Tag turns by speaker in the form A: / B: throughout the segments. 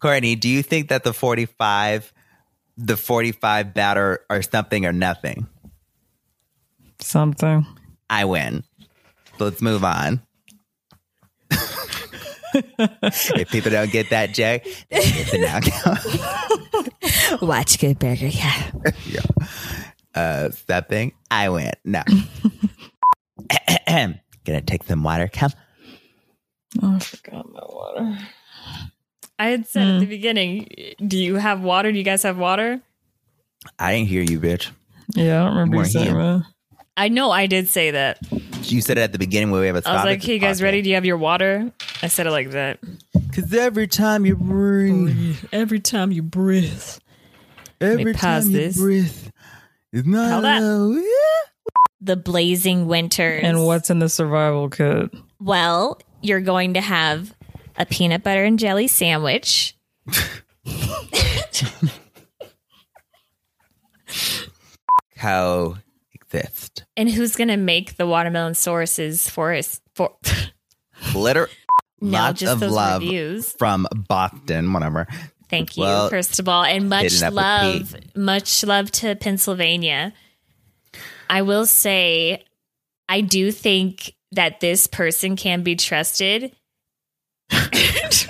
A: Courtney, do you think that the 45, the 45 batter are something or nothing?
B: Something.
A: I win. Let's move on. if people don't get that, Jay, they get the knockout.
C: Watch Good Burger. Yeah.
A: Uh, something. I win. No. Gonna take some water cup.
B: Oh, I forgot my water.
D: I had said at the beginning, do you have water? Do you guys have water?
A: I didn't hear you, bitch.
B: Yeah, I don't remember
A: More
B: you saying that.
D: I know I did say that.
A: You said it at the beginning when we have a
D: I was like, "Hey, you guys ready? Do you have your water?" I said it like that.
A: Because every time you breathe,
B: Every time you breathe.
A: every
D: pause
A: time you
D: this.
A: breathe, it's not
D: Hold up.
A: a-
C: The blazing winters.
B: And what's in the survival kit?
C: Well, you're going to have a peanut butter and jelly sandwich.
A: coexist.
D: And who's gonna make the watermelon sources for us? For
A: Litter.
D: no,
A: lots
D: just
A: of
D: those
A: love
D: reviews.
A: from Boston, whatever.
D: Thank you,
A: Well,
D: first of all, and much
A: hitting up with
D: love, much love to Pennsylvania. I will say, I do think that this person can be trusted.
A: but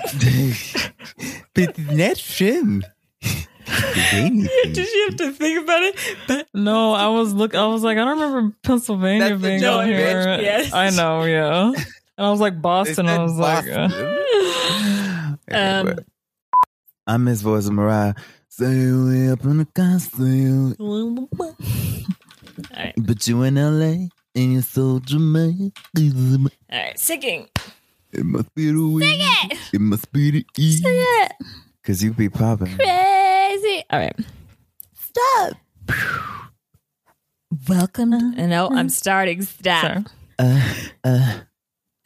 A: that's him.
B: Did you have to think about it? no, I was look. I was like, I don't remember Pennsylvania
A: That's the
B: being
A: joke,
B: on here.
A: bitch.
D: Yes.
B: I know, yeah. And I was like Boston. I was like, uh,
D: Um,
A: I'm his voice of Mariah. Say we up in the castle,
D: All right,
A: but you in LA and you're so Jamaican. It
D: all right, singing.
A: must be the way. It. must be the E.
C: it.
A: Cause you be popping.
C: Crazy. All right. Stop. Welcome. Mm. to-
D: Uh, No, I'm starting. Stop.
B: sorry.
A: Uh,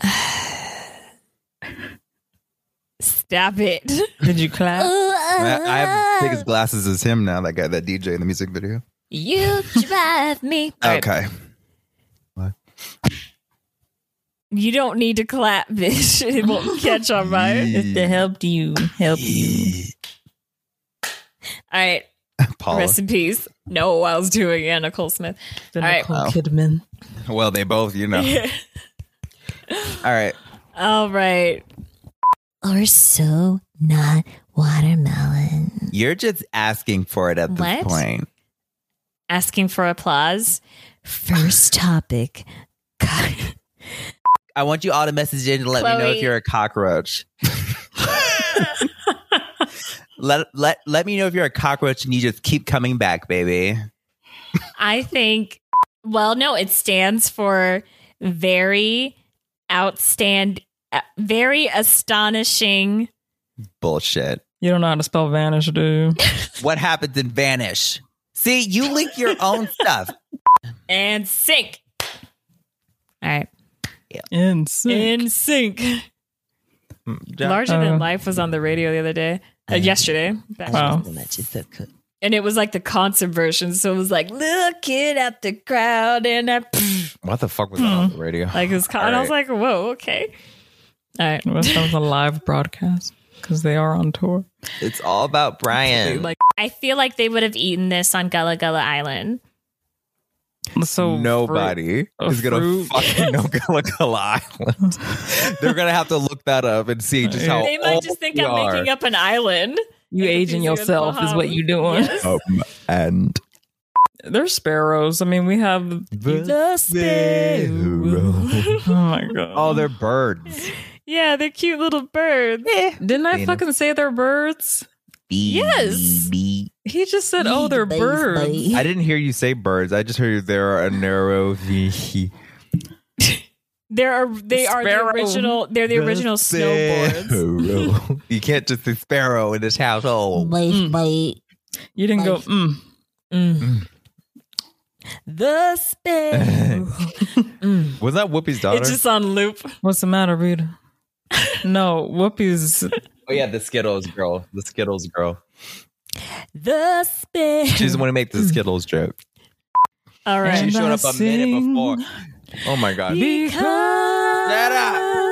A: uh,
D: Stop it.
B: Did you clap?
A: I have the biggest glasses as him now. That guy, that DJ in the music video.
C: you drive me.
A: Okay.
D: You don't need to clap this. It won't catch on fire.
A: If they
B: helped you, help
A: E.
D: All right.
A: Paula.
D: Rest in peace. No, I was doing Anna Cole Smith.
B: The
D: All right.
B: Nicole
A: Oh.
B: Kidman.
A: Well, they both, you know. All right.
D: All right.
C: Or so not watermelon.
A: You're just asking for it at this
D: What?
A: point.
D: Asking for applause.
C: First topic. God.
A: I want you all to message in and let me know if
D: Chloe.
A: you're a cockroach. let let let me know if you're a cockroach and you just keep coming back, baby.
D: I think, well, no, it stands for very outstand, uh, very astonishing.
A: Bullshit.
B: You don't know how to spell vanish, do you?
A: What happens in vanish? See, you link your own stuff.
D: And sync. All right.
B: Insane.
D: In sync.
A: Ja-
D: Larger
B: Uh.
D: Than Life was on the radio the other day, uh, yesterday. Back-
B: Wow.
D: And it was like the concert version. So it was like, looking at the crowd. And I,
A: What the fuck was that on the radio?
D: like, it was, con-
A: All
D: and I was
A: right.
D: like, whoa, okay. All right.
B: Well, that was a live broadcast because they are on tour.
A: It's all about Brian.
D: Like, I feel like they would have eaten this on Gullah Gullah Island.
B: So fruit-
A: Nobody
B: a
A: is gonna
B: fruit-
A: fucking know Gullah Gullah Island. They're gonna have to look that up and see just how
D: They might
A: old
D: just think
A: we
D: I'm
A: are.
D: making up an island.
B: you aging
D: Confusing
B: yourself is what
D: Bahama.
B: you doing.
D: Yes.
A: Um, and
B: They're sparrows. I mean, we have.
A: sparrow.
B: Oh my god.
A: Oh, they're birds.
D: Yeah, they're cute little birds.
B: Didn't I
A: Venus.
B: fucking say they're birds?
D: Yes.
B: He just said, "Oh, they're birds."
A: I didn't hear you say birds. I just heard you there are a narrow the
D: There are they are
B: Sparrow.
D: the original they're the original snowboards.
A: snowboards. you can't just say sparrow in this household.
C: Wait, wait.
B: You didn't go. Mm.
C: The spin.
A: Was that Whoopi's daughter?
D: It's just on loop.
B: What's the matter, Rita? no, Whoopi's.
A: oh yeah, the Skittles girl. The Skittles girl.
C: the spin.
A: She just want to make the Skittles joke.
D: All right.
A: She
B: And
A: showed
B: I
A: up a minute
B: sing
A: before. Oh my god.
B: Because
A: Shut up.